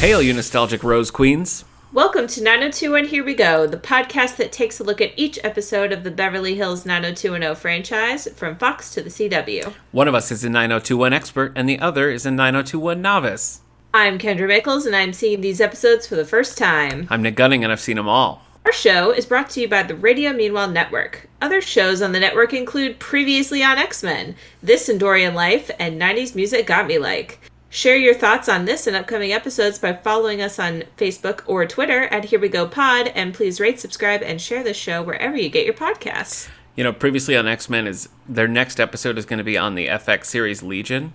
Hail, you nostalgic Rose Queens. Welcome to 90210 Here We Go, the podcast that takes a look at each episode of the Beverly Hills 90210 franchise from Fox to the CW. One of us is a 9021 expert, and the other is a 9021 novice. I'm Kendra Mickles, and I'm seeing these episodes for the first time. I'm Nick Gunning, and I've seen them all. Our show is brought to you by the Radio Meanwhile Network. Other shows on the network include Previously on X Men, This and Dorian Life, and 90s Music Got Me Like. Share your thoughts on this and upcoming episodes by following us on Facebook or Twitter at Here We Go Pod, and please rate, subscribe, and share the show wherever you get your podcasts. You know, previously on X Men is their next episode is going to be on the FX series Legion,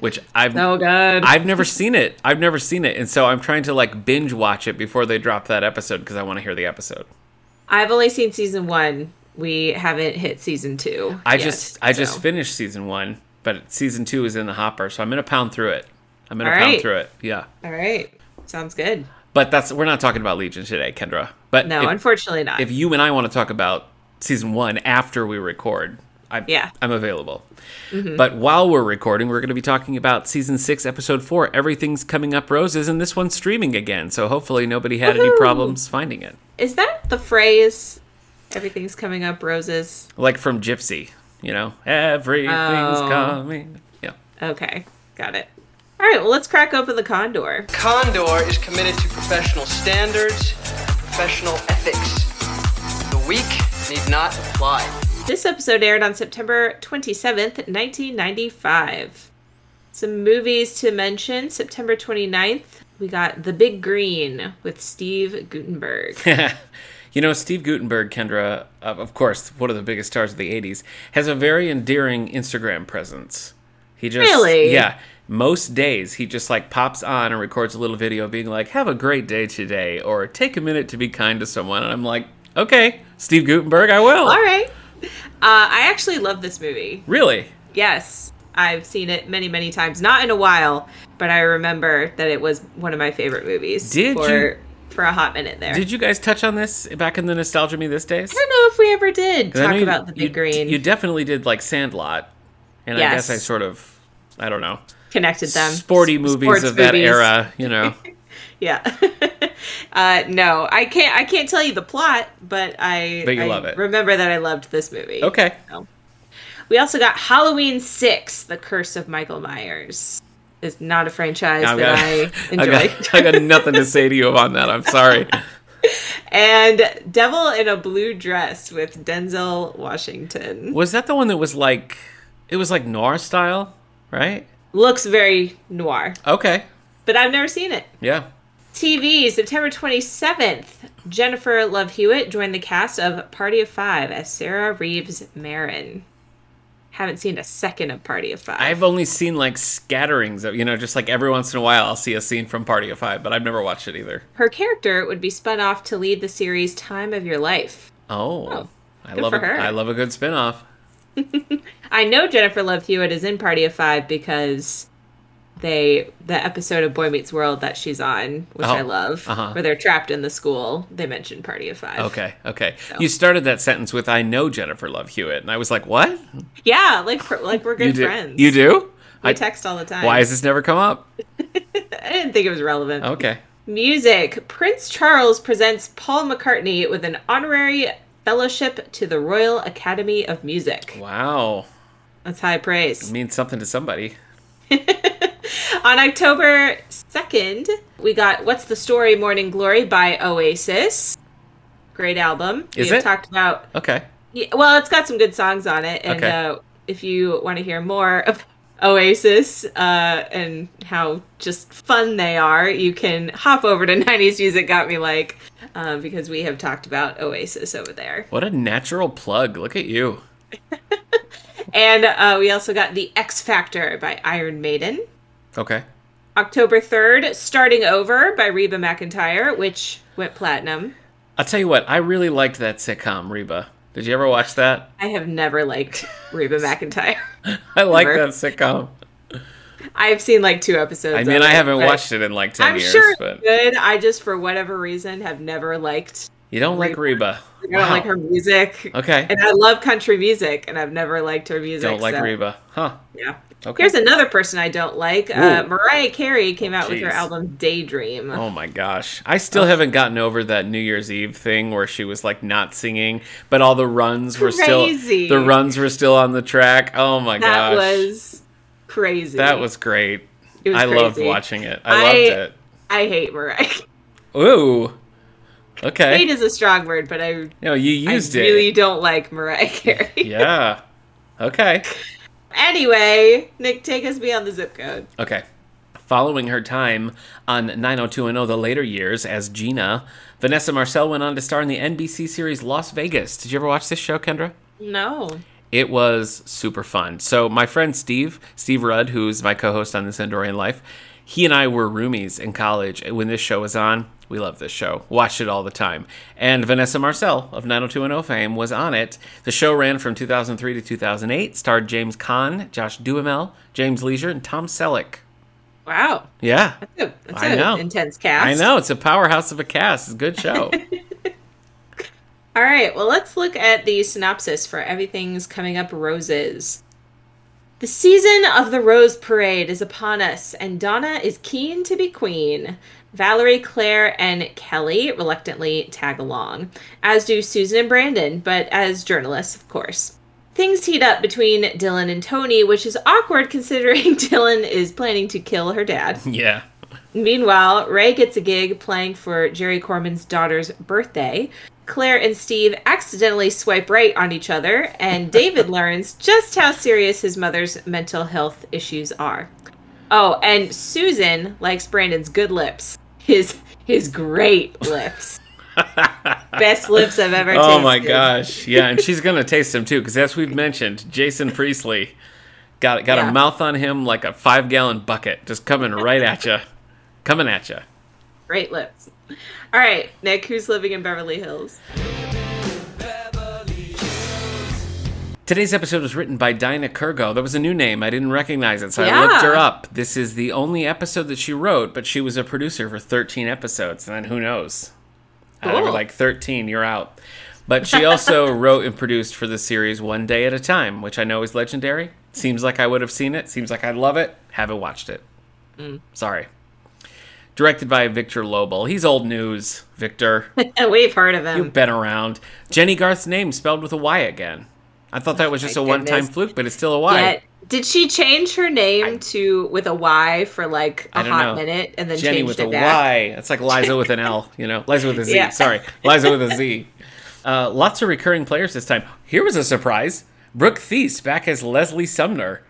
which I've Oh god. I've never seen it. I've never seen it, and so I'm trying to like binge watch it before they drop that episode because I want to hear the episode. I've only seen season one. We haven't hit season two. I yet, just I so. just finished season one, but season two is in the hopper, so I'm gonna pound through it. I'm gonna All pound right. through it. Yeah, All right. Sounds good. but that's we're not talking about Legion today, Kendra. But No, if- unfortunately not. if you and I want to talk about season one after we record, I'm, Yeah. Mm-hmm. I'm available. But while we're recording, we're going to be talking about season six, episode four. Everything's coming up roses, and this one's streaming again. So hopefully nobody had any Woohoo! problems finding it. Is that the phrase? Everything's coming up roses. Like from Gypsy, you know, everything's Oh. coming. Yeah. Okay, got it. All right, well, let's crack open the condor. Condor is committed to professional standards, professional ethics. The weak need not apply. This episode aired on September 27th, 1995. Some movies to mention September 29th, we got The Big Green with Steve Gutenberg. You know, Steve Gutenberg, Kendra, uh, of course, one of the biggest stars of the 80s, has a very endearing Instagram presence. He just Really? Yeah. Most days he just like pops on and records a little video being like, "Have a great day today" or "Take a minute to be kind to someone." And I'm like, "Okay, Steve Gutenberg, I will." All right. Uh, I actually love this movie. Really? Yes, I've seen it many, many times. Not in a while, but I remember that it was one of my favorite movies. Did for, you- For a hot minute there. Did you guys touch on this back in the Nostalgia Me this days? I don't know if we ever did 'Cause I know talk you- about the big you, green. You definitely did like Sandlot. And I guess Yes. I sort of I don't know. connected them. Sporty S- movies sports of that movies. era, you know. Yeah. uh, no, I can't. I can't tell you the plot, but I. But you I love it. Remember that I loved this movie. Okay. So. We also got Halloween Six: The Curse of Michael Myers. Is not a franchise I've that got- I I enjoy. got, I got nothing to say to you on that. I'm sorry. and Devil in a Blue Dress with Denzel Washington Was that the one that was like, it was like noir style, right? looks very noir, Okay. but I've never seen it. Yeah. TV, September 27th, Jennifer Love Hewitt joined the cast of Party of Five as Sarah Reeves Marin. Haven't seen a second of Party of 5 I've only seen like scatterings of, you know, just like every once in a while I'll see a scene from Party of Five, but I've never watched it either. Her character would be spun off to lead the series Time of Your Life. Oh. Oh, I good love for a, her. I love a good spinoff. I know Jennifer Love Hewitt is in Party of Five because they the episode of Boy Meets World that she's on, which Oh, I love, uh-huh. where they're trapped in the school. They mentioned Party of Five. Okay. Okay. You started that sentence with, I know Jennifer Love Hewitt. And I was like, what? Yeah, like we're- like we're good you do? friends. You do? We I, text all the time. why Oh. has this never come up? I didn't think it was relevant. Okay. Music. Prince Charles presents Paul McCartney with an honorary fellowship to the Royal Academy of Music. Wow. That's high praise. means something to somebody. On October 2nd, we got What's the Story Morning Glory by Oasis. Great album. Is we it? have talked about Okay. yeah, well, it's got some good songs on it and Okay. uh, if you want to hear more of Oasis uh, and how just fun they are, you can hop over to 90s Music Got Me Like uh, because we have talked about Oasis over there. What a natural plug. Look at you. And uh, we also got The X Factor by Iron Maiden. Okay. October 3rd, Starting Over by Reba McIntyre, which went platinum. I'll tell you what, I really liked that sitcom, Reba. Did you ever watch that? I have never liked Reba McIntyre. I like Never. that sitcom. I've seen like two episodes. I of mean, I it, haven't but- watched it in like 10 I'm years, sure it's but good. I just, for whatever reason, have never liked You don't like Reba. I don't like her music. Okay. And I love country music, and I've never liked her music. Don't like so, Reba. Huh. Yeah. Okay. Here's another person I don't like. Uh, Mariah Carey came out with her Jeez. album Daydream. Oh my gosh. I still haven't gotten over that New Year's Eve thing where she was like not singing, but all the runs were Crazy. still the runs were still on the track. Oh my that gosh. was crazy. that was great. It was I loved crazy. watching it. I- I, loved I hate Mariah. it. Ooh. Okay. Hate is a strong word, but I, No, you I used it. really don't like Mariah Carey. yeah. Okay. Anyway, Nick, take us beyond the zip code. Okay. Following her time on 90210, the later years as Gina, Vanessa Marcel went on to star in the NBC series Las Vegas. Did you ever watch this show, Kendra? No. It was super fun. So my friend Steve, Steve Rudd, who's my co-host on this Endorian Life, he and I were roomies in college when this show was on. We loved this show. Watched it all the time. And Vanessa Marcel of 90210 fame was on it. The show ran from 2003 to 2008, starred James Caan, Josh Duhamel, James Leisure, and Tom Selleck. Wow. Yeah. That's a- that's I an know. intense cast. I know. It's a powerhouse of a cast. It's a good show. All right, well, let's look at the synopsis for Everything's Coming Up Roses. The season of the Rose Parade is upon us, and Donna is keen to be queen. Valerie, Claire, and Kelly reluctantly tag along, as do Susan and Brandon, but as journalists, of course. Things heat up between Dylan and Tony, which is awkward considering Dylan is planning to kill her dad. yeah. Meanwhile, Ray gets a gig playing for Jerry Corman's daughter's birthday. Claire and Steve accidentally swipe right on each other, and David learns just how serious his mother's mental health issues are. Oh, and Susan likes Brandon's good lips. His his great lips. Best lips I've ever tasted. Oh my gosh. Yeah, and she's gonna taste him too, because as we've mentioned, Jason Priestley got got Yeah. a mouth on him like a five gallon bucket, just coming right at you, coming at you. Great lips. All right, Nick, who's living in Beverly Hills? Today's episode was written by Dinah Kurgo. That was a new name. I didn't recognize it, so Yeah. I looked her up. This is the only episode that she wrote, but she was a producer for 13 episodes, and then who knows? Out of Cool. like 13, you're out. But she also wrote and produced for the series One Day at a Time, which I know is legendary. Seems like I would have seen it. Seems like I love it. Haven't watched it. Mm. Sorry. Directed by Victor Lobel. He's old news, Victor. We've heard of him. You've been around. Jenny Garth's name spelled with a Y again. I thought that was just my a one time goodness. fluke, but it's still a Y. Yeah. Did she change her name to with a Y for like I a don't hot know. minute and then Jenny changed with it a back? Y. That's like Liza with an L, you know? Liza with a Z. Yeah. Sorry. Liza with a Z. Uh, lots of recurring players this time. Here was a surprise Brooke Thies back as Leslie Sumner.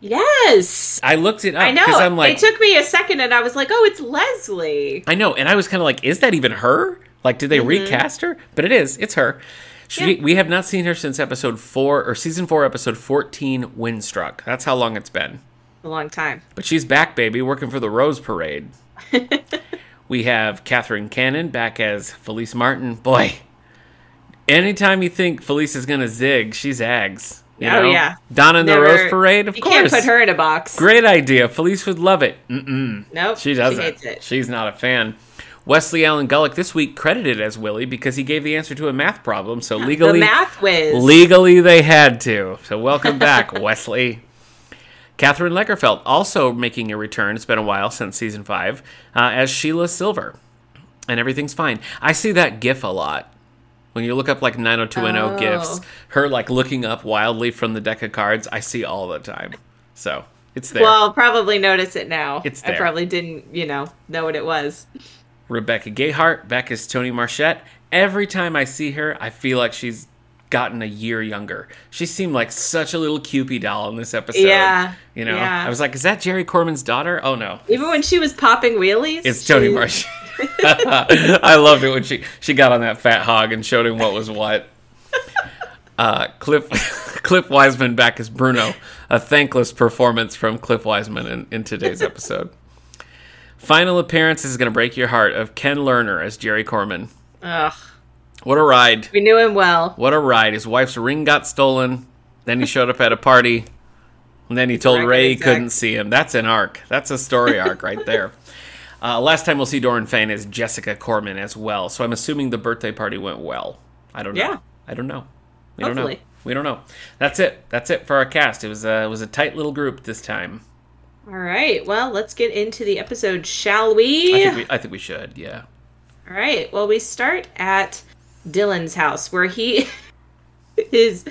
Yes. I looked it I up know. because I'm like, it took me a second and I was like, oh, it's Leslie. I know, and I was kind of like, is that even her? Like, did they Mm-hmm. recast her? But it is. It's her. She, We have not seen her since episode four or season four, episode 14, Windstruck. That's how long it's been. A long time. But she's back, baby, working for the Rose Parade. we have Catherine Cannon back as Felice Martin. Boy, anytime you think Felice is going to zig, she zags. You Oh, know? yeah. Donna in Never- the Rose Parade, of you course. can't put her in a box. Great idea. Felice would love it. Mm-mm. Nope. She doesn't. She hates it. She's not a fan. Wesley Allen Gullick this week credited as Willie because he gave the answer to a math problem. So legally, the math whiz. Legally, they had to. So, welcome back, Wesley. Catherine Leckerfeld also making a return. It's been a while since season five uh, as Sheila Silver, and everything's fine. I see that GIF a lot when you look up like 90210 Oh. GIFs. Her like looking up wildly from the deck of cards. I see all the time. So it's there. well, I'll probably notice it now. It's I there. probably didn't, you know, know what it was. Rebecca Gayhart back as Tony Marchette. Every time I see her, I feel like she's gotten a year younger. She seemed like such a little Cupid doll in this episode. Yeah, You know, yeah. I was like, is that Jerry Corman's daughter? Oh no. Even when she was popping wheelies. It's Tony she- Marchette. I loved it when she she got on that fat hog and showed him what was what. Uh, Cliff Cliff Wiseman back as Bruno. A thankless performance from Cliff Wiseman in, in today's episode. Final appearance is going to break your heart of Ken Lerner as Jerry Corman. Ugh. What a ride. We knew him well. What a ride. His wife's ring got stolen. Then he showed up at a party. And then he told Right, Ray he exact- couldn't see him. That's an arc. That's a story arc right there. Uh, last time we'll see Doran Fane is Jessica Corman as well. So I'm assuming the birthday party went well. I don't know. Yeah. I don't know. We don't know. Hopefully. We don't know. That's it. That's it for our cast. It was a, it was a tight little group this time. All right. Well, let's get into the episode, shall we? I think we, I think we should. Yeah. All right. Well, we start at Dylan's house where he is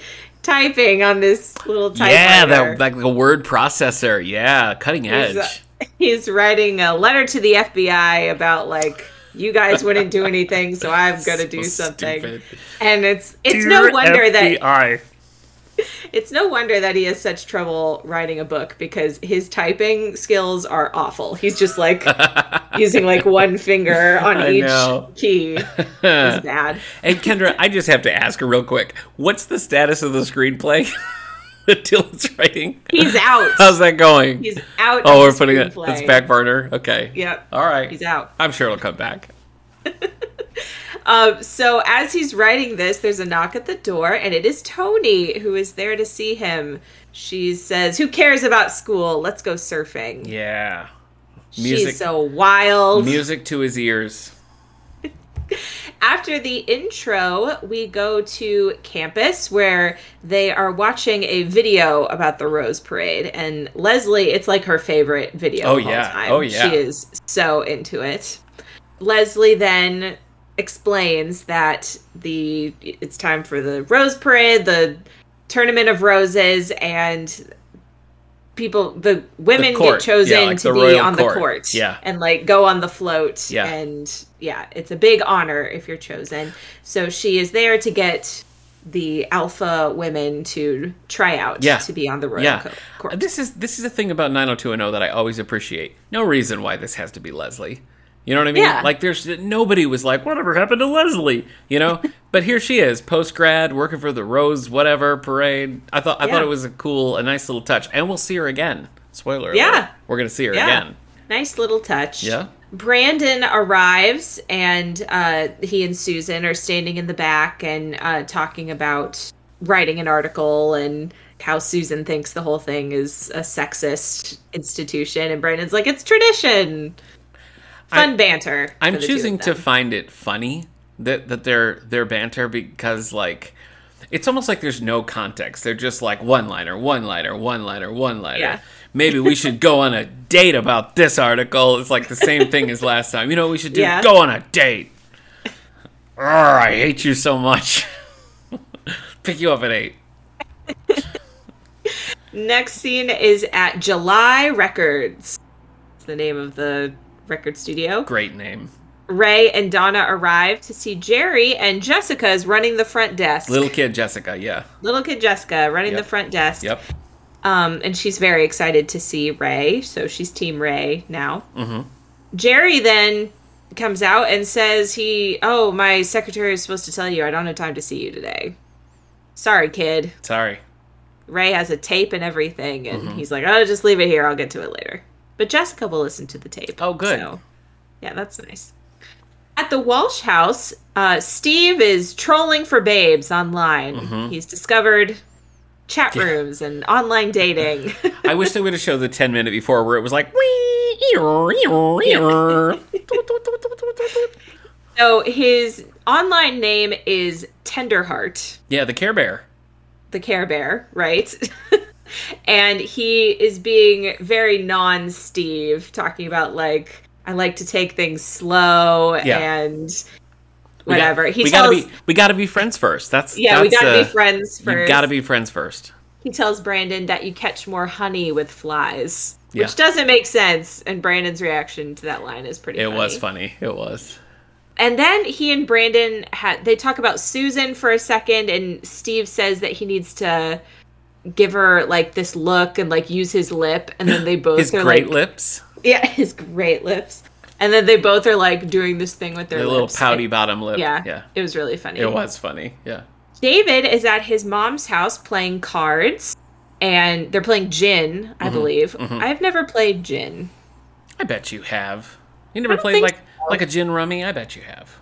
typing on this little typewriter. Yeah, that like a word processor. Yeah, cutting edge. He's, uh, he's writing a letter to the FBI about like you guys wouldn't do anything, so I'm gonna do So something. stupid. And it's it's no wonder that I. it's no wonder that he has such trouble writing a book because his typing skills are awful. He's just like using like one finger on I each know. key. It's bad. And Kendra, I just have to ask her real quick. What's the status of the screenplay? Until it's writing. He's out. How's that going? He's out. oh, we're of the putting it. screenplay. That's back Oh. burner. Okay. Yep. All right. He's out. I'm sure it'll come back. Um, so as he's writing this, there's a knock at the door, and it is Tony who is there to see him. She says, "Who cares about school? Let's go surfing." Yeah. music- She's so wild. Music to his ears. After the intro, we go to campus where they are watching a video about the Rose Parade, and Leslie, it's like her favorite video. Oh, of all yeah. time. Oh, yeah. She is so into it. Leslie then explains that the it's time for the Rose Parade, the Tournament of Roses, and people the women court. get chosen Yeah, like to the be royal on court. the court Yeah. and like go on the float Yeah. and yeah it's a big honor if you're chosen so she is there to get the alpha women to try out Yeah. to be on the royal yeah. Uh, co- court This is this is a thing about 90210 that I always appreciate. No reason why this has to be Leslie. You know what I mean? Yeah. Like there's nobody was like, whatever happened to Leslie? You know? but here she is, post grad, working for the Rose whatever parade. I thought I Yeah. thought it was a cool, a nice little touch. And we'll see her again. Spoiler Yeah. alert. We're gonna see her yeah again. nice little touch Yeah. brandon arrives and uh, he and susan are standing in the back and uh, talking about writing an article and how susan thinks the whole thing is a sexist institution and brandon's like it's tradition fun banter I'm for the two of choosing to them. find it funny that that their their banter because like it's almost like there's no context. They're just like one liner, one liner, one liner, one liner. Yeah. Maybe we should go on a date about this article. It's like the same thing as last time. You know what we should do? Yeah. Go on a date. Arr, I hate you so much. Pick you up at eight. Next scene is at July Records. It's the name of the record studio. Great name. Ray and Donna arrive to see Jerry, and Jessica is running the front desk. Little kid Jessica, yeah. Little kid Jessica running Yep. the front desk. Yep. Um, and she's very excited to see Ray, so she's Team Ray now. Mm-hmm. Jerry then comes out and says he, oh, my secretary is supposed to tell you I don't have time to see you today. Sorry, kid. Sorry. Ray has a tape and everything, and Mm-hmm. he's like, "Oh, just leave it here. I'll get to it later." But Jessica will listen to the tape. Oh, good. yeah, that's nice. At the Walsh house, uh, Steve is trolling for babes online. Mm-hmm. He's discovered chat rooms and online dating. I wish they would have showed the 10 minute before where it was like, "Wee, ear, ear, ear." Toot, toot, toot, toot, toot, toot. so his online name is Tenderheart, yeah, the Care Bear. the Care Bear, right? and he is being very non-Steve, talking about like I like to take things slow Yeah. and We got- whatever. he we tells, gotta be we gotta be friends first. That's yeah, we that's, gotta uh, be friends You first. gotta be friends first. He tells Brandon that you catch more honey with flies, Yeah. which doesn't make sense. And Brandon's reaction to that line is pretty. It funny. was funny. It was. And then he and Brandon had they talk about Susan for a second, and Steve says that he needs to give her like this look and like use his lip, and then they both His are great like, lips, yeah, his great lips, and then they both are like doing this thing with their the little lips. pouty It- bottom lip. yeah, yeah. it was really funny. It was funny. Yeah. David is at his mom's house playing cards, and they're playing gin, Mm-hmm. I believe. I've never played gin. I bet you have. You never don't played think like like a gin rummy. I bet you have.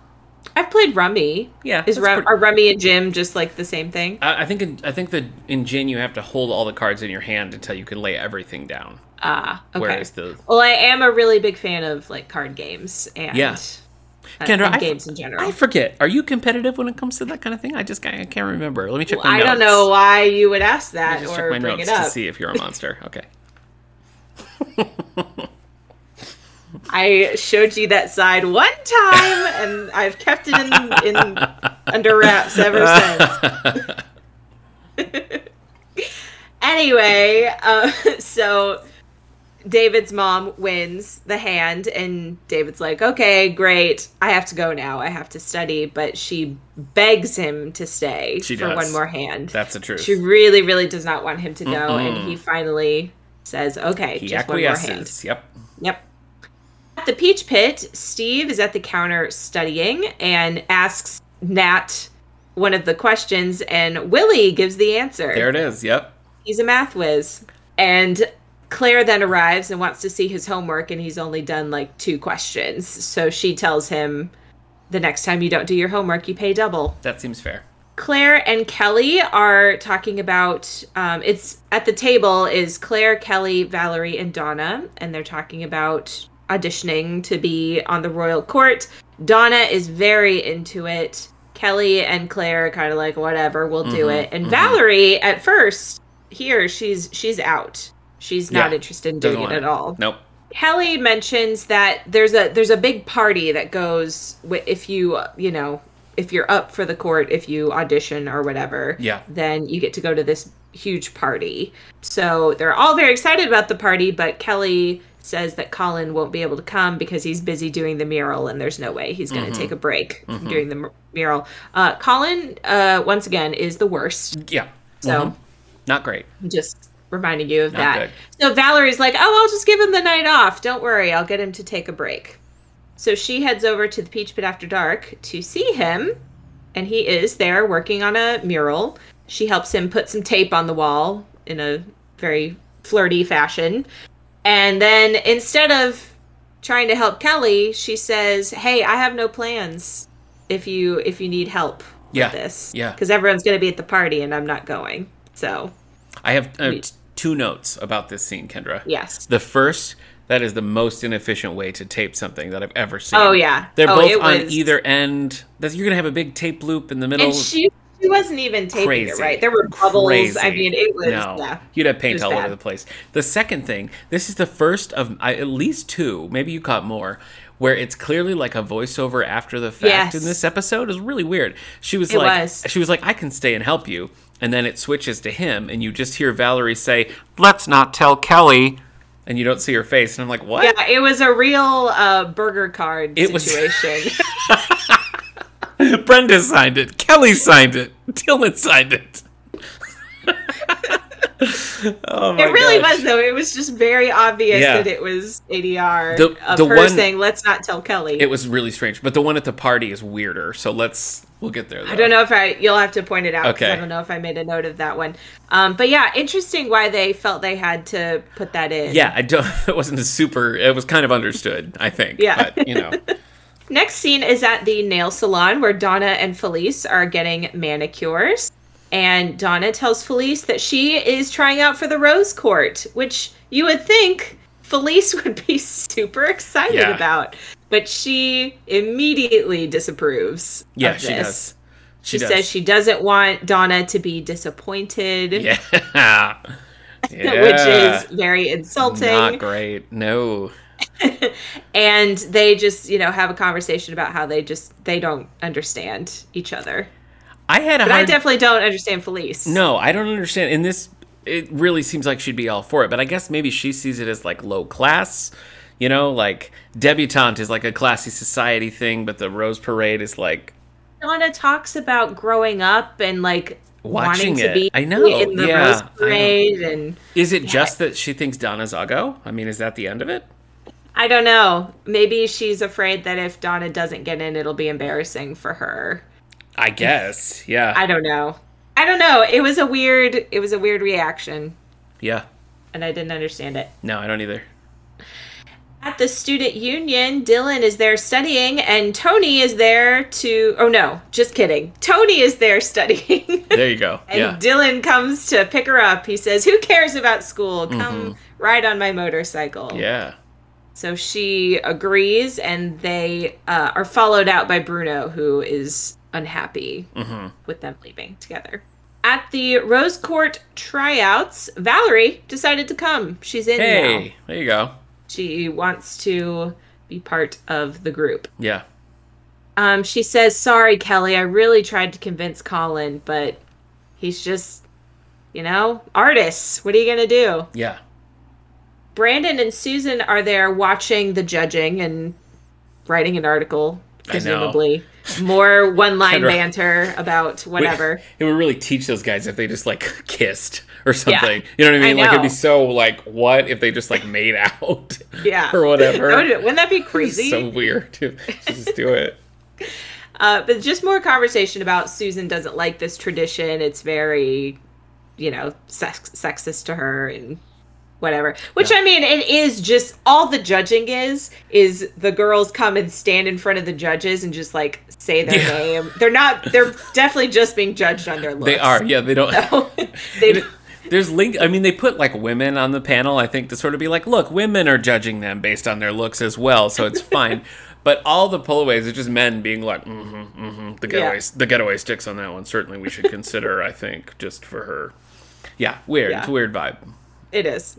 I've played Rummy. Yeah, Is that's rum, pretty- are Rummy and Jim just like the same thing? I, I think in, I think that in Gin you have to hold all the cards in your hand until you can lay everything down. Ah, okay. Whereas the well, I am a really big fan of like card games and Yeah. and- Kendra, I and f- games in general. I forget. Are you competitive when it comes to that kind of thing? I just I can't remember. Let me check. my I don't notes. know why you would ask Let that me just or check my bring notes it up. to see if you're a monster. Okay. I showed you that side one time, and I've kept it in, in under wraps ever since. anyway, uh, so David's mom wins the hand, and David's like, "Okay, great. I have to go now. I have to study." But she begs him to stay She for does. one more hand. That's the truth. she really, really does not want him to go, and he finally says, "Okay, he just one more hand." acquiesces. Yep. Yep. At the Peach Pit, Steve is at the counter studying and asks Nat one of the questions, and Willie gives the answer. There it is. Yep. He's a math whiz. And Claire then arrives and wants to see his homework, and he's only done like two questions. So she tells him, The next time you don't do your homework, you pay double. That seems fair. Claire and Kelly are talking about um, it's at the table is Claire, Kelly, Valerie, and Donna, and they're talking about auditioning to be on the royal court. Donna is very into it. Kelly and Claire are kind of like whatever, we'll do it. And Valerie at first here she's she's out. She's not Yeah. interested in doing want it at all. Nope. Kelly mentions that there's a there's a big party that goes wi- if you uh, you know if you're up for the court if you audition or whatever Yeah. then you get to go to this huge party so they're all very excited about the party but Kelly says that Colin won't be able to come because he's busy doing the mural and there's no way he's going to take a break from doing the mu- mural uh, Colin uh, once again is the worst Yeah. Mm-hmm. so Not great. just reminding you of Not that. good. So Valerie's like, "Oh, I'll just give him the night off. Don't worry, I'll get him to take a break." So she heads over to the Peach Pit after dark to see him, and he is there working on a mural. She helps him put some tape on the wall in a very flirty fashion. And then instead of trying to help Kelly, she says, "Hey, I have no plans if you if you need help Yeah. with this. Yeah. Cuz everyone's going to be at the party and I'm not going." So, I have uh, t- two notes about this scene, Kendra. yes. The first, that is the most inefficient way to tape something that I've ever seen. Oh, yeah. They're Oh, both it on was- either end. That's, you're gonna have a big tape loop in the middle. and she she wasn't even taping it Crazy. right. There were bubbles. I Crazy. mean, it was no. yeah. You'd have It paint was all over bad. the place. The second thing, this is the first of I, at least two, maybe you caught more, where it's clearly like a voiceover after the fact Yes. in this episode is really weird. She was It like, was. she was like, I can stay and help you, and then it switches to him, and you just hear Valerie say, "Let's not tell Kelly," and you don't see her face, and I'm like, what? Yeah, it was a real uh, burger card It was- Oh situation. Brenda signed it. Kelly signed it. Dylan signed it. oh my it really gosh. was though. It was just very obvious Yeah. that it was ADR The- of the her one- uh, saying, "Let's not tell Kelly." It was really strange, but the one at the party is weirder. So let's we'll get there. Though. I don't know if I. You'll have to point it out. 'cause Okay. I don't know if I made a note of that one. Um, but yeah, interesting why they felt they had to put that in. Yeah, I don't. It wasn't a super. It was kind of understood, I think. Yeah. but you know, Next scene is at the nail salon where Donna and Felice are getting manicures. And Donna tells Felice that she is trying out for the Rose Court, which you would think Felice would be super excited Yeah. about. But she immediately disapproves. of yeah, she this. does. She, does. says she doesn't want Donna to be disappointed, Yeah, yeah, which is very insulting. not great. No, and they just, you know, have a conversation about how they just they don't understand each other. I had a But I hard. definitely don't understand Felice. no, I don't understand. In this, it really seems like she'd be all for it, but I guess maybe she sees it as like low class. You know, like debutante is like a classy society thing, but the rose parade is like Donna talks about growing up and like Watching wanting to it. be I know. in the Yeah, Rose I know. Parade, and Is it just that she thinks Donna's Zago? I mean, is that the end of it? I don't know. Maybe she's afraid that if Donna doesn't get in, it'll be embarrassing for her. I guess. Yeah. I don't know. I don't know. It was a weird. It was a weird reaction, yeah. and I didn't understand it. No, I don't either. At the student union, Dylan is there studying, and Tony is there to. Oh no, just kidding. Tony is there studying. There you go. And yeah. Dylan comes to pick her up. He says, Who cares about school? Come ride on my motorcycle. Mm-hmm. yeah. So she agrees, and they uh, are followed out by Bruno, who is unhappy Mm-hmm. with them leaving together. At the Rose Court tryouts, Valerie decided to come. She's in Hey, now. there you go. She wants to be part of the group. Yeah. Um, she says, "Sorry, Kelly. I really tried to convince Colin, but he's just, you know, artists. What are you gonna do?" Yeah. Brandon and Susan are there watching the judging and writing an I article, know. presumably more one-line Right. banter about We- whatever. It would really teach those guys if they just like kissed or something. You know what I I mean? Like it'd be know. so like what if they just like made out yeah, or whatever. That would- Wouldn't that be crazy? so weird to just do it. Uh, but just more conversation about Susan doesn't like this tradition. It's very, you know, sex- sexist to her and whatever. Which I mean, it is just all the judging is is the girls come and stand in front of the judges and just like say their Yeah. name. They're not. They're definitely just being judged on their looks. They are. Yeah, they don't they. There's link. I mean, they put like women on the panel. I think to sort of be like, look, women are judging them based on their looks as well, so it's fine. but all the pullaways are just men being like, mm-hmm, mm-hmm. The Yeah. getaway, the getaway sticks on that one. Certainly, we should consider. I think just for her. Yeah, weird. Yeah. It's a weird vibe. It is.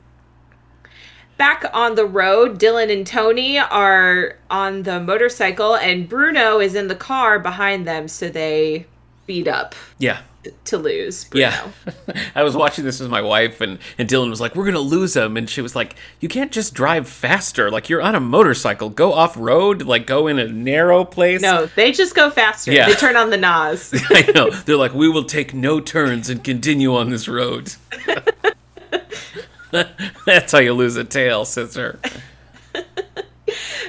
Back on the road, Dylan and Tony are on the motorcycle, and Bruno is in the car behind them, so they beat up Yeah. to lose. Bruno. Yeah. I was watching this with my wife, and, and Dylan was like, We're going to lose him. And she was like, You can't just drive faster. Like, you're on a motorcycle. Go off road. Like, go in a narrow place. No, they just go faster. Yeah. They turn on the NAS. I know. They're like, we will take no turns and continue on this road. That's how you lose a tail, sister.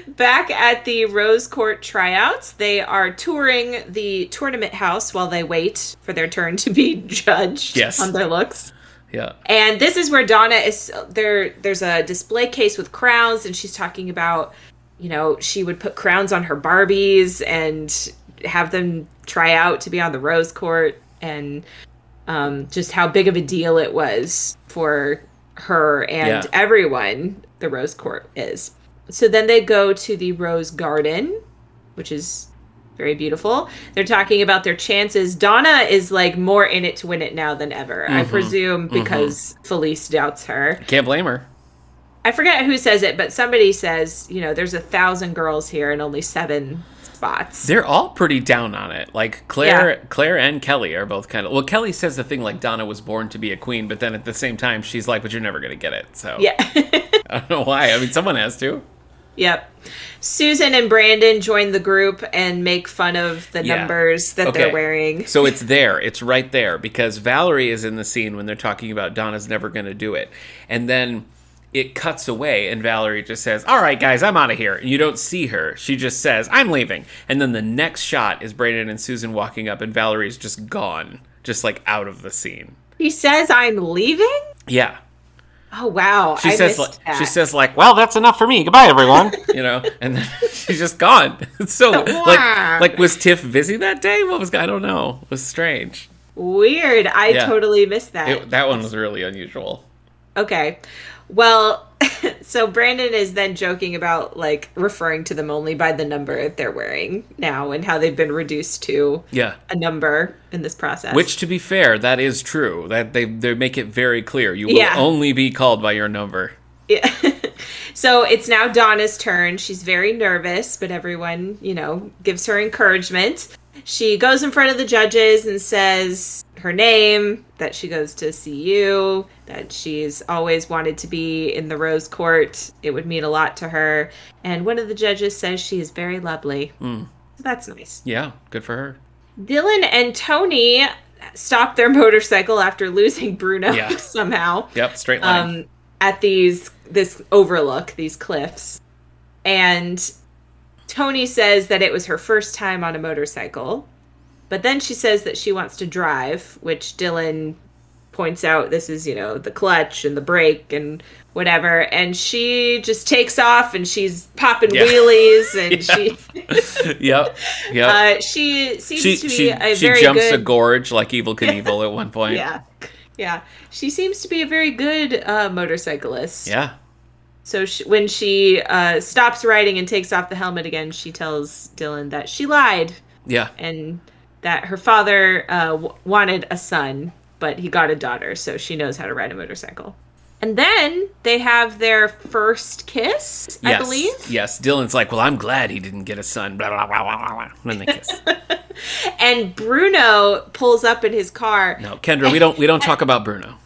Back at the Rose Court tryouts, they are touring the tournament house while they wait for their turn to be judged Yes. on their looks. Yeah. And this is where Donna is there there's a display case with crowns and she's talking about you know, she would put crowns on her Barbies and have them try out to be on the Rose Court and um, just how big of a deal it was for her and Yeah. everyone the Rose Court is. So then they go to the Rose Garden, which is very beautiful. They're talking about their chances. Donna is like more in it to win it now than ever, I Mm-hmm. presume, because Felice doubts her. Can't blame her. I forget who says it, but somebody says, you know, there's a thousand girls here and only seven spots. They're all pretty down on it. Like Claire, Yeah. Claire and Kelly are both kind of. Well, Kelly says the thing like Donna was born to be a queen, but then at the same time she's like, "But you're never gonna get it." So Yeah. I don't know why. I mean, someone has to. yep. Susan and Brandon join the group and make fun of the Yeah. numbers that Okay. they're wearing. So it's there. It's right there because Valerie is in the scene when they're talking about Donna's never going to do it. And then it cuts away and Valerie just says, "All right guys, I'm out of here." And you don't see her. She just says, "I'm leaving." And then the next shot is Brandon and Susan walking up and Valerie's just gone, just like out of the scene. He says, I'm leaving? Yeah. Oh, wow. She I says missed like, that. she says like, "Well, that's enough for me. Goodbye everyone." you know, and then she's just gone. It's so Wow. like like was Tiff busy that day? What was I don't know. It was strange. Weird. I Yeah. totally missed that. It, that one was really unusual. Okay. Well, so Brandon is then joking about like referring to them only by the number they're wearing now and how they've been reduced to Yeah. a number in this process. Which, to be fair, that is true. That they they make it very clear. You will Yeah. only be called by your number. Yeah. so it's now Donna's turn. She's very nervous, but everyone, you know, gives her encouragement. She goes in front of the judges and says her name, that she goes to CU, that she's always wanted to be in the Rose Court. It would mean a lot to her. And one of the judges says she is very lovely. So that's nice. Yeah, good for her. Dylan and Tony stop their motorcycle after losing Bruno Yeah. somehow Yep, straight line. um, at these this overlook, these cliffs, and Tony says that it was her first time on a motorcycle, but then she says that she wants to drive, which Dylan points out this is, you know, the clutch and the brake and whatever. And she just takes off and she's popping Yeah. wheelies and she yep. Yep. uh, she seems she to be she, a she very jumps good a gorge like Evil Knievel at one point. Yeah. Yeah. She seems to be a very good uh, motorcyclist. Yeah. So she, when she uh, stops riding and takes off the helmet again, she tells Dylan that she lied Yeah. and that her father uh, w- wanted a son, but he got a daughter, so she knows how to ride a motorcycle. And then they have their first kiss, Yes. I believe. Yes. Dylan's like, well, I'm glad he didn't get a son. Blah, blah, blah, blah, blah, blah. And then they kiss. And Bruno pulls up in his car. no, Kendra, we don't we don't talk about Bruno.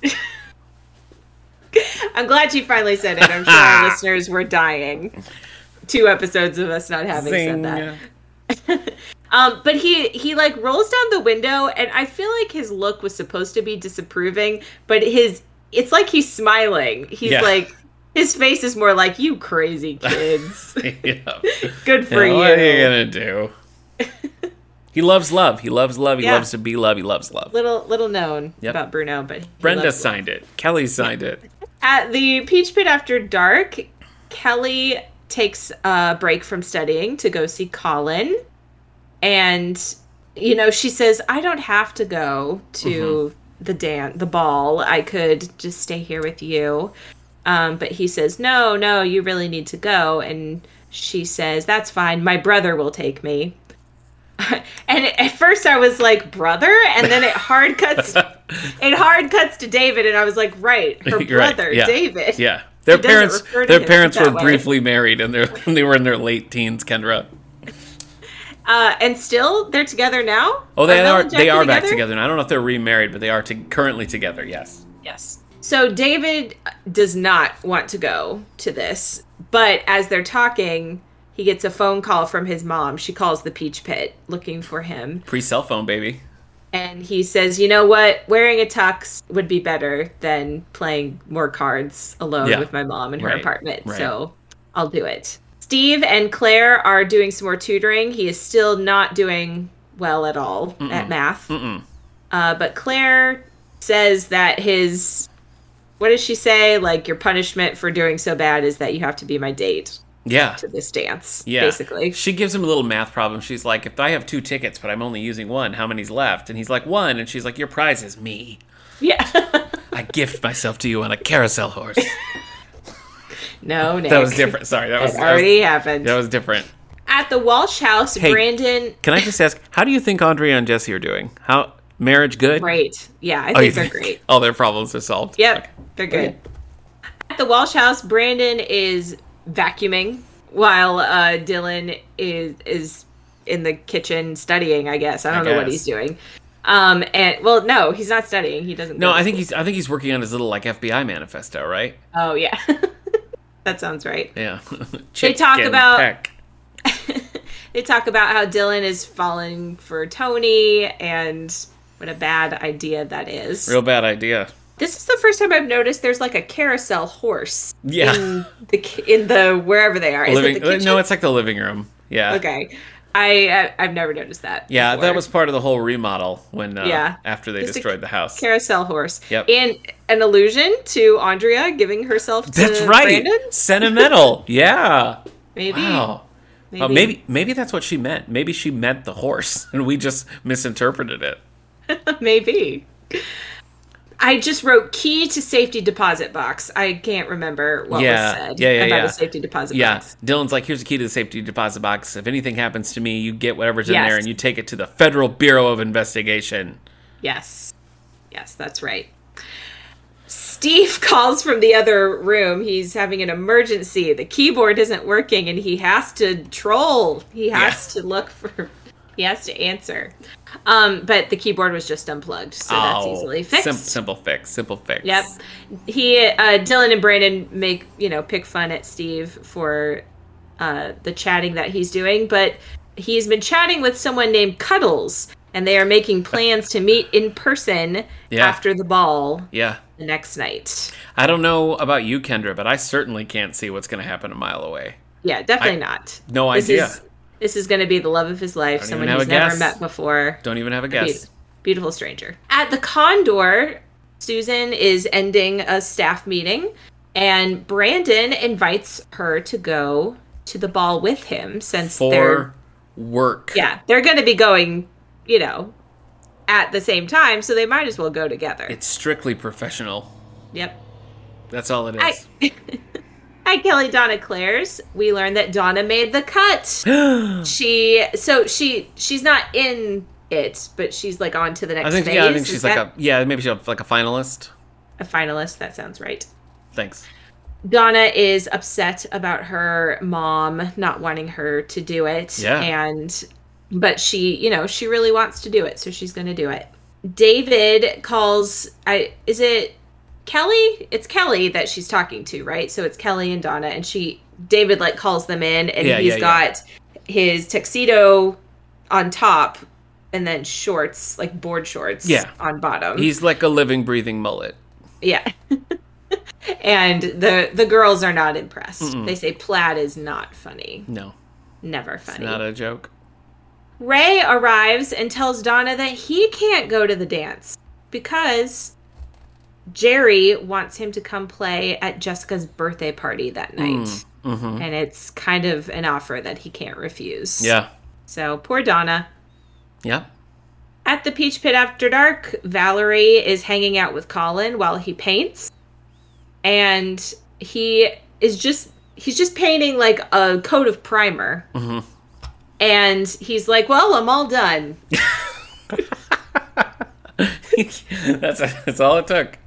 I'm glad you finally said it. I'm sure our listeners were dying. Two episodes of us not having said that. Um, but he he like rolls down the window, and I feel like his look was supposed to be disapproving, but his it's like he's smiling. He's Yeah. like his face is more like you crazy kids. yeah. Good for Yeah, you. What are you gonna do? he loves love. He loves love. He Yeah. loves to be love. He loves love. Little little known Yep. about Bruno, but he Brenda loves- signed it. Kelly signed it. at the Peach Pit after dark. Kelly takes a break from studying to go see Colin, and you know she says, "I don't have to go to Mm-hmm. the dan the ball. I could just stay here with you." Um, but he says, "No, no, you really need to go." And she says, "That's fine. My brother will take me." and at first, I was like, "Brother," and then it hard cuts. it hard cuts to David, and I was like, "Right, her You're right, brother, yeah, David." Yeah. Their doesn't parents refer to their him parents that were way. briefly married and they're they were in their late teens, Kendra. Uh, and still, they're together now. Oh, they Mel are and they Jackie are back together. And I don't know if they're remarried, but they are to, currently together. Yes. Yes. So David uh, does not want to go to this, but as they're talking, he gets a phone call from his mom. She calls the Peach Pit looking for him, Pre cell phone, baby. and he says, "You know what? Wearing a tux would be better than playing more cards alone Yeah. with my mom in her Right. apartment. Right. So I'll do it." Steve and Claire are doing some more tutoring. He is still not doing well at all at math. Mm-mm. Uh, but Claire says that his, what does she say? Like, your punishment for doing so bad is that you have to be my date Yeah. to this dance, Yeah. basically. She gives him a little math problem. She's like, if I have two tickets, but I'm only using one, how many's left? And he's like, one. And she's like, your prize is me. Yeah. I gift myself to you on a carousel horse. no, Nick. That was different. Sorry. That was, It that was- already happened. that was different. At the Walsh house, Hey. Brandon. Can I just ask, how do you think Andrea and Jesse are doing? How marriage good? Great. Yeah, I Oh, you think they're think great. All their problems are solved. Yep, they're good. At the Walsh house, Brandon is vacuuming while uh, Dylan is is in the kitchen studying. I guess I don't know what guess. he's doing. Um, and well, no, he's not studying. He doesn't. No, go to I think he's I think he's working on his little like FBI manifesto, right? school. Oh yeah, that sounds right. Yeah. talk Chicken about- peck. They talk about how Dylan is falling for Tony and what a bad idea that is. real bad idea. This is the first time I've noticed there's like a carousel horse Yeah. in the ki- in the wherever they are. Is living it the kitchen? no, it's like the living room. Yeah. okay. I, I I've never noticed that. Yeah, before. that was part of the whole remodel when uh, Yeah. after they Just a destroyed the house. carousel horse. Yep. And an allusion to Andrea giving herself to that's right. Brandon. Sentimental. yeah. Maybe. Wow. Oh, Maybe. Well, maybe maybe that's what she meant. Maybe she meant the horse and we just misinterpreted it. Maybe. I just wrote key to safety deposit box. I can't remember what Yeah. was said Yeah, yeah, about yeah. a safety deposit Yeah. box. Dylan's like, here's the key to the safety deposit box. If anything happens to me, you get whatever's in Yes. there and you take it to the Federal Bureau of Investigation. Yes. Yes, that's right. Steve calls from the other room. He's having an emergency. The keyboard isn't working and he has to troll. He has to look for he has to answer. Um, but the keyboard was just unplugged, so that's Oh, easily fixed. sim- simple fix. Simple fix. Yep. He uh Dylan and Brandon make, you know, pick fun at Steve for uh the chatting that he's doing, but he's been chatting with someone named Cuddles and they are making plans to meet in person Yeah. after the ball Yeah. the next night. I don't know about you, Kendra, but I certainly can't see what's going to happen a mile away. Yeah, definitely I- not. no this idea. Is, this is going to be the love of his life, Don't even someone have he's a never guess. met before. Don't even have a Be- guess. Beautiful stranger. At the Condor, Susan is ending a staff meeting, and Brandon invites her to go to the ball with him since for they're work. yeah they're going to be going, you know, at the same time, so they might as well go together. It's strictly professional. yep. That's all it is. I- At Kelly Donna Claire's, we learned that Donna made the cut. she so she she's not in it, but she's like on to the next I think phase. yeah, I think Is she's like that a yeah, maybe she's like a finalist. a finalist. That sounds right. Thanks. Mm-hmm. Donna is upset about her mom not wanting her to do it. Yeah. And, but she, you know, she really wants to do it. So she's going to do it. David calls, I, is it Kelly? It's Kelly that she's talking to, right? So it's Kelly and Donna. And she, David like calls them in and Yeah, yeah, he's yeah. got his tuxedo on top and then shorts, like board shorts Yeah. on bottom. He's like a living, breathing mullet. Yeah. and the the girls are not impressed. They say plaid is not funny. No, Never funny. not a joke. Ray arrives and tells Donna that he can't go to the dance because Jerry wants him to come play at Jessica's birthday party that night. Mm-hmm. And it's kind of an offer that he can't refuse. Yeah, So poor Donna. yeah. At the Peach Pit after dark, Valerie is hanging out with Colin while he paints. And he is just he's just painting like a coat of primer. Mhm. And he's like, "Well, I'm all done." that's that's all it took.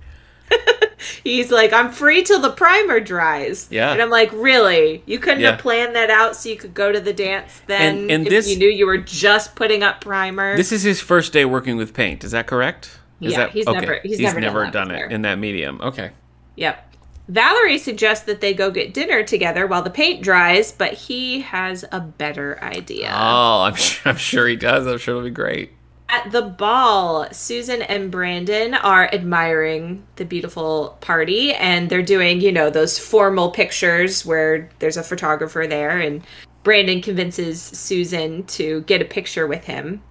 He's like, "I'm free till the primer dries." Yeah. And I'm like, "Really? You couldn't Yeah. have planned that out so you could go to the dance then And- and if this- you knew you were just putting up primer?" This is his first day working with paint. Is that correct? Is Yeah, that, he's never- he's never done that done, it before. in that medium. Okay. Yep. Valerie suggests that they go get dinner together while the paint dries, but he has a better idea. Oh, I'm sure, I'm sure he does. I'm sure it'll be great. At the ball, Susan and Brandon are admiring the beautiful party and they're doing, you know, those formal pictures where there's a photographer there and Brandon convinces Susan to get a picture with him.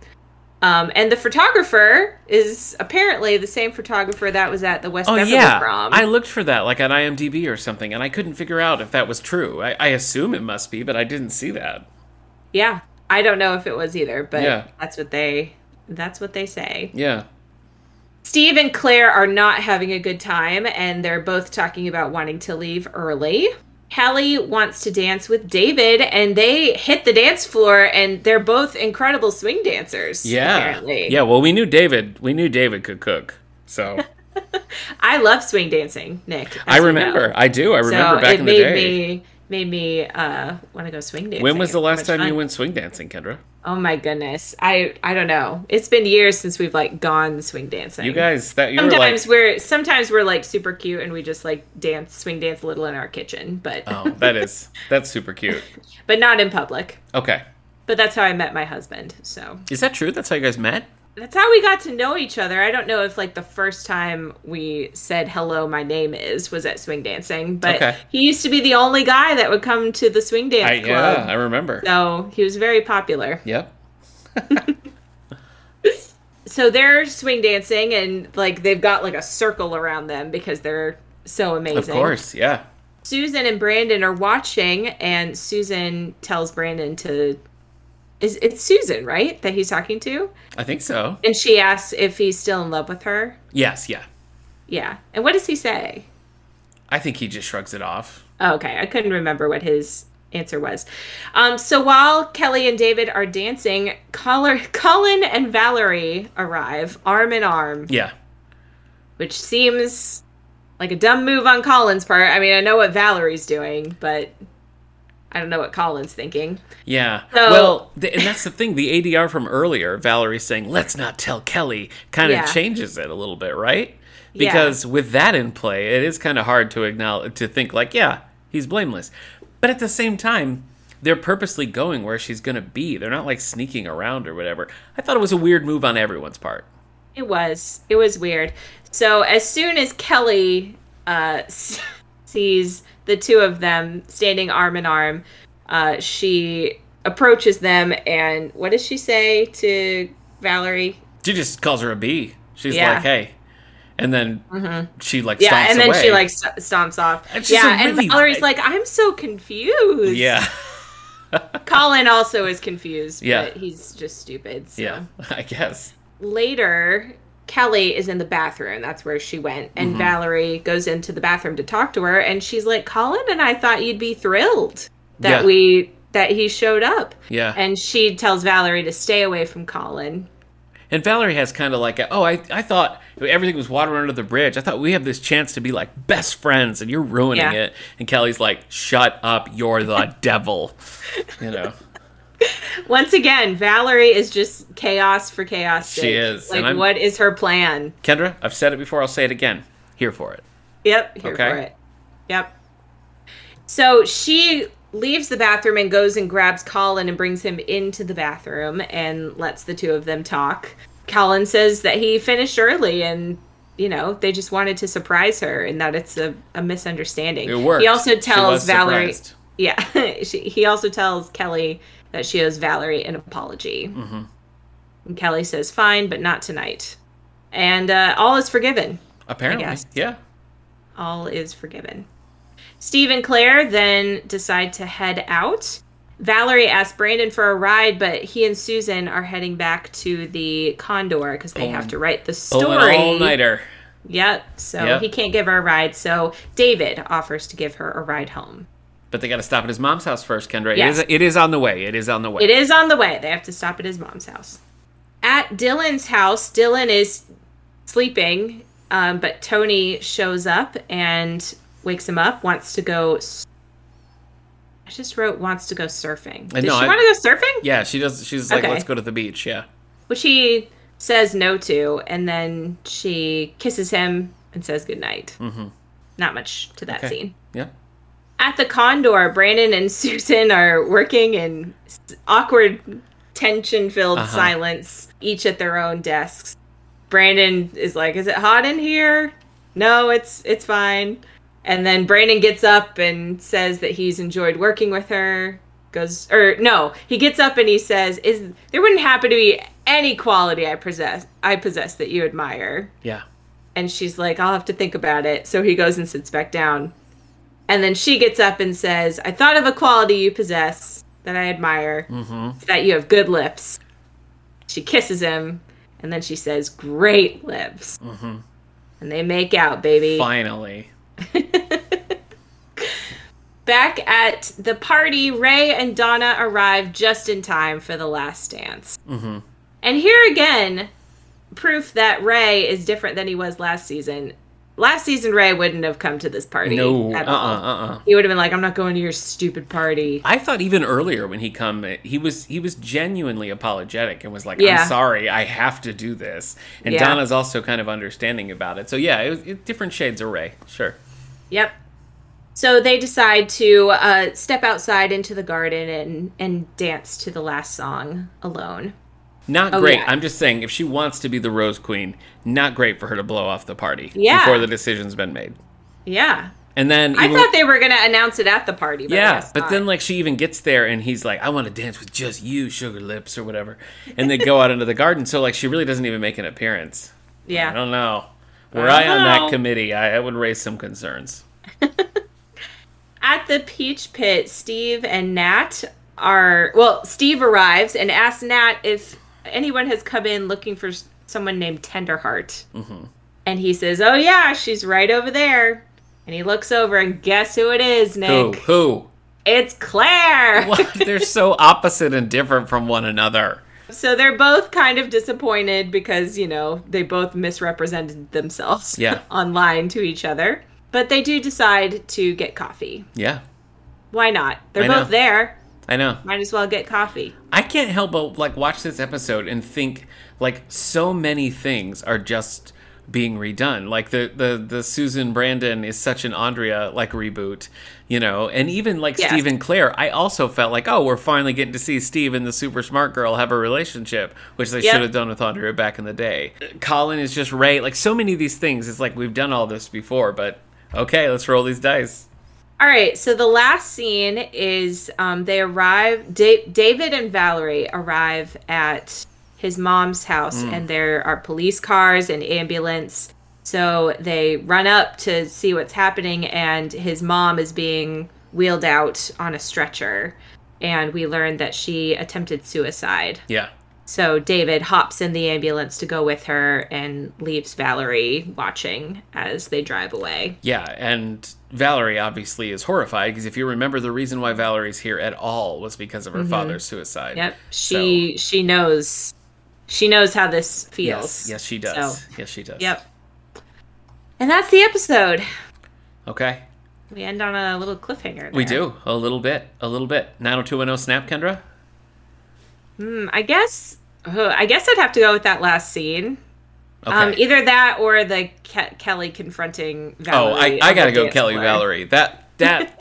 Um, and the photographer is apparently the same photographer that was at the West Oh Beverly yeah, prom. I looked for that like on IMDb or something, and I couldn't figure out if that was true. I, I assume it must be, but I didn't see that. Yeah, I don't know if it was either, but Yeah. that's what they that's what they say. Yeah. Steve and Claire are not having a good time and they're both talking about wanting to leave early. Hallie wants to dance with David and they hit the dance floor and they're both incredible swing dancers. Yeah. Apparently. Yeah, well we knew David we knew David could cook. So I love swing dancing, Nick. as I you know. remember. I do. I remember so back it in the made day. me made me uh want to go swing dancing. when was the It's so last much time fun. you went swing dancing, Kendra? Oh my goodness. I I don't know. It's been years since we've like gone swing dancing. You guys that you sometimes were like we're sometimes we're like super cute and we just like dance swing dance a little in our kitchen but Oh, that is that's super cute. but not in public Okay. but that's how i met my husband so Is that true? That's how you guys met? that's how we got to know each other i don't know if like the first time we said hello my name is was at swing dancing but Okay. he used to be the only guy that would come to the swing dance I, club yeah, I remember. so he was very popular Yep. so they're swing dancing and like they've got like a circle around them because they're so amazing Of course, yeah. Susan and Brandon are watching, and Susan tells Brandon to. Is it's Susan, right? That he's talking to, I think so. and she asks if he's still in love with her. Yes, yeah. Yeah, and what does he say? I think he just shrugs it off. Oh, okay, I couldn't remember what his answer was. Um, so while Kelly and David are dancing, Colin, Colin and Valerie arrive arm in arm, Yeah. which seems like a dumb move on Colin's part. I mean, I know what Valerie's doing, but I don't know what Colin's thinking. Yeah. So- well, th- and that's the thing. The ADR from earlier, Valerie saying, let's not tell Kelly, kind of Yeah. changes it a little bit, right? Yeah. Because with that in play, it is kind of hard to acknowledge, to think like, yeah, he's blameless. But at the same time, they're purposely going where she's going to be. They're not like sneaking around or whatever. I thought it was a weird move on everyone's part. It was. It was weird. So as soon as Kelly uh, sees the two of them standing arm in arm, uh, she approaches them and what does she say to Valerie? She just calls her a bee. She's Yeah. Mm-hmm. like, hey. and then she like Yeah, stomps and then away. she like st- stomps off. It's just yeah, a really- and Valerie's like, I'm so confused. yeah, Colin also is confused, Yeah. but he's just stupid. So. yeah, I guess. Later, Kelly is in the bathroom. That's where she went. And Mm-hmm. Valerie goes into the bathroom to talk to her, and she's like, Colin and I thought you'd be thrilled that Yeah. we that he showed up. Yeah. And she tells Valerie to stay away from Colin. And Valerie has kind of like, a, oh, I, I thought everything was water under the bridge. I thought we have this chance to be like best friends, and you're ruining Yeah. it. And Kelly's like, shut up, you're the devil. You know, Once again, Valerie is just chaos for chaos. She sake. is, and Like, I'm- what is her plan? Kendra, I've said it before, I'll say it again. Here for it. Yep, here Okay. for it. Yep. So she leaves the bathroom and goes and grabs Colin and brings him into the bathroom and lets the two of them talk. Colin says that he finished early and you know they just wanted to surprise her and that it's a, a misunderstanding. It worked. He also She tells was Valerie. surprised. Yeah, she, he also tells Kelly that she owes Valerie an apology. Mm-hmm. And Kelly says, "Fine, but not tonight." And uh, all is forgiven Apparently, guess. yeah. all is forgiven. Steve and Claire then decide to head out. Valerie asks Brandon for a ride, but he and Susan are heading back to the Condor because they have to write the Pull an story. all nighter. Yep. So Yep. he can't give her a ride. So David offers to give her a ride home. But they got to stop at his mom's house first, Kendra. Yes. It is it is on the way. It is on the way. It is on the way. They have to stop at his mom's house. At Dylan's house, Dylan is sleeping, um, but Tony shows up and wakes him up. Wants to go. s- I just wrote wants to go surfing. I Does know, she I- want to go surfing? Yeah, she does. She's like, Okay. let's go to the beach. Yeah. Which he says no to, and then she kisses him and says goodnight. Mm-hmm. Not much to that Okay. scene. Yeah. At the Condor, Brandon and Susan are working in s- awkward, tension filled Uh-huh. silence, each at their own desks. Brandon is like, Is it hot in here? No, it's it's fine. And then Brandon gets up and says that he's enjoyed working with her. Goes or no, he gets up and he says, Is there wouldn't happen to be any quality I possess I possess that you admire Yeah. and she's like, I'll have to think about it. So he goes and sits back down. And then she gets up and says, I thought of a quality you possess that I admire, It's that you have good lips. She kisses him, and then she says, Great lips. And they make out, baby. Finally. Back at the party, Ray and Donna arrive just in time for the last dance. Mm-hmm. And here again, proof that Ray is different than he was last season. Last season, Ray wouldn't have come to this party No. Uh. at Uh. all. Uh. Uh. He would have been like, "I'm not going to your stupid party." I thought even earlier when he come, he was he was genuinely apologetic and was like, Yeah. "I'm sorry, I have to do this." And Yeah. Donna's also kind of understanding about it. So yeah, it was it, different shades of Ray. Sure. Yep. So they decide to uh, step outside into the garden and and dance to the last song alone. Not great. Oh, yeah. I'm just saying, if she wants to be the Rose Queen, not great for her to blow off the party Yeah. before the decision's been made. Yeah, And then I even- thought they were going to announce it at the party. But I Yeah, guess but not. then like she even gets there and he's like, I want to dance with just you, sugar lips or whatever. And they go out into the garden, so like she really doesn't even make an appearance. yeah, I don't know. Were I, I don't on know. that committee, I, I would raise some concerns. At the Peach Pit, Steve and Nat are. Well, Steve arrives and asks Nat if anyone has come in looking for s- someone named Tenderheart. Mm-hmm. And he says, Oh, yeah, she's right over there. And he looks over, and guess who it is, Nick? Who? Who? It's Claire. What? They're so opposite and different from one another. So they're both kind of disappointed because, you know, they both misrepresented themselves Yeah. online to each other. But they do decide to get coffee. Yeah, Why not? They're I know. both there. I know. Might as well get coffee. I can't help but like watch this episode and think like so many things are just being redone. Like the the the Susan Brandon is such an Andrea like reboot, you know. And even like Yes. Steve and Claire, I also felt like oh we're finally getting to see Steve and the super smart girl have a relationship, which they Yep. should have done with Andrea back in the day. Colin is just Ray. Like so many of these things, it's like we've done all this before, but okay, let's roll these dice. All right, so the last scene is um, they arrive. Da- David and Valerie arrive at his mom's house, and there are police cars and ambulance. So they run up to see what's happening, and his mom is being wheeled out on a stretcher. And we learn that she attempted suicide. Yeah. So David hops in the ambulance to go with her and leaves Valerie watching as they drive away. Yeah, and Valerie obviously is horrified because if you remember, the reason why Valerie's here at all was because of her father's suicide. Mm-hmm. Yep. She she knows she knows how this feels. Yes, yes, she does. So, Yes, she does. yep. And that's the episode. Okay. We end on a little cliffhanger. There. We do a little bit, a little bit. 90210 snap, Kendra. Hmm, I guess oh, I guess I'd have to go with that last scene. Okay. Um, either that or the Ke- Kelly confronting Valerie. oh, I, on I the gotta go, dance Kelly floor. Valerie. That that.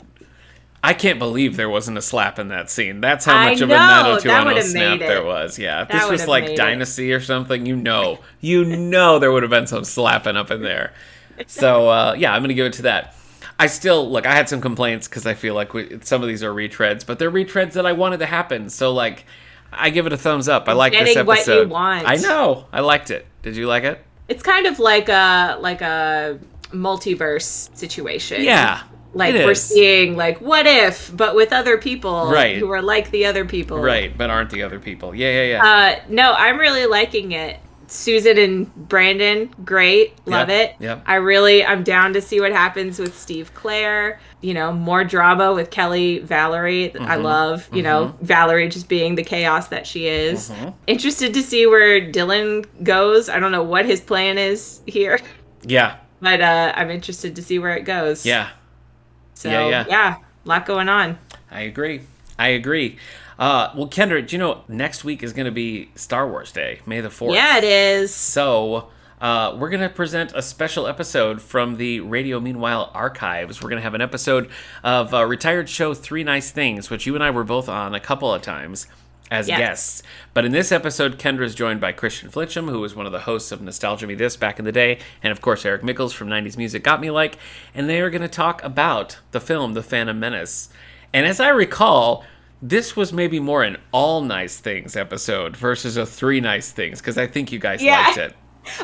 I can't believe there wasn't a slap in that scene. That's how I much of know, a that 90210 would've snap made there it. was. Yeah, if That this was would've like made it. Dynasty or something, you know, you know there would have been some slapping up in there. So uh, yeah, I'm gonna give it to that. I still look. I had some complaints because I feel like we, some of these are retreads, but they're retreads that I wanted to happen. So like, I give it a thumbs up. I like this Getting what you episode. want. I know. I liked it. Did you like it? It's kind of like a like a multiverse situation. Yeah. Like it we're is. seeing like what if, but with other people Right. who are like the other people. Right, but aren't the other people? Yeah, yeah, yeah. Uh no, I'm really liking it. Susan and Brandon, great. Love Yep, it. yep. I really I'm down to see what happens with Steve Claire. You know, more drama with Kelly Valerie. Mm-hmm. I love, you know, Valerie just being the chaos that she is. Mm-hmm. Interested to see where Dylan goes. I don't know what his plan is here. yeah, but uh, I'm interested to see where it goes. yeah. So yeah, yeah, yeah. a lot going on. I agree. I agree. Uh, well, Kendra, do you know next week is going to be Star Wars Day, May the 4th? Yeah, it is. So uh, we're going to present a special episode from the Radio Meanwhile archives. We're going to have an episode of uh, retired show Three Nice Things, which you and I were both on a couple of times as Yes. guests. But in this episode, Kendra's joined by Christian Flitcham, who was one of the hosts of Nostalgia Me This back in the day, and of course Eric Mickles from 90s Music Got Me Like, and they are going to talk about the film The Phantom Menace. And as I recall, this was maybe more an all nice things episode versus a three nice things because I think you guys Yeah. liked it.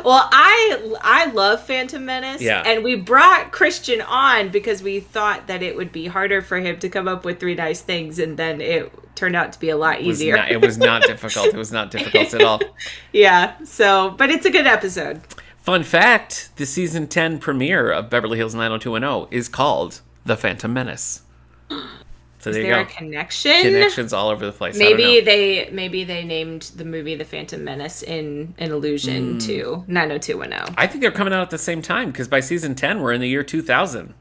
Well, I I love Phantom Menace, Yeah. and we brought Christian on because we thought that it would be harder for him to come up with three nice things, and then it turned out to be a lot was easier. not- it was not difficult. It was not difficult at all. yeah. So, but it's a good episode. Fun fact the season 10 premiere of Beverly Hills 90210 is called The Phantom Menace. So there Is you there go. a connection? Connections all over the place. I Maybe don't know. they maybe they named the movie The Phantom Menace in an Hmm. allusion to 90210. I think they're coming out at the same time because by season 10, we're in the year 2000.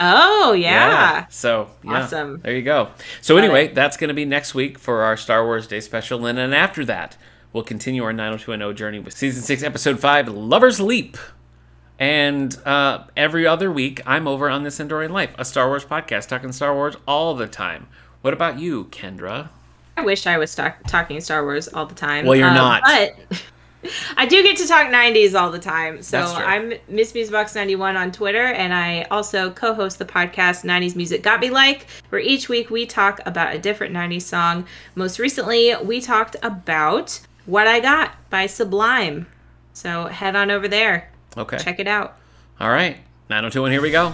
Oh, yeah. So yeah, Awesome. There you go. So anyway, that's going to be next week for our Star Wars Day special, and then after that, we'll continue our 90210 journey with season six, episode five, Lovers Leap. And uh, every other week, I'm over on this Endorian Life, a Star Wars podcast, talking Star Wars all the time. What about you, Kendra? I wish I was talk- talking Star Wars all the time. Um, Well, you're not. But I do get to talk 90s all the time. So That's true. I'm Miss Musebox91 on Twitter, and I also co host the podcast 90s Music Got Me Like, where each week we talk about a different 90s song. Most recently, we talked about What I Got by Sublime. So head on over there, Okay. check it out. All right. 902 and here we go.